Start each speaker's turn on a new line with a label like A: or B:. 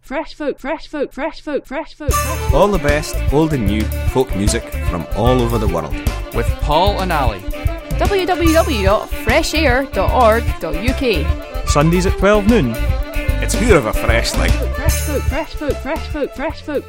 A: Fresh folk, fresh folk, fresh folk, fresh folk. Fresh
B: All the best, old and new, folk music from all over the world.
C: with Paul and Ali.
D: www.freshair.org.uk.
E: Sundays at 12 noon.
B: It's whoever fresh, like.
A: folk, fresh folk, fresh folk, fresh folk, fresh folk.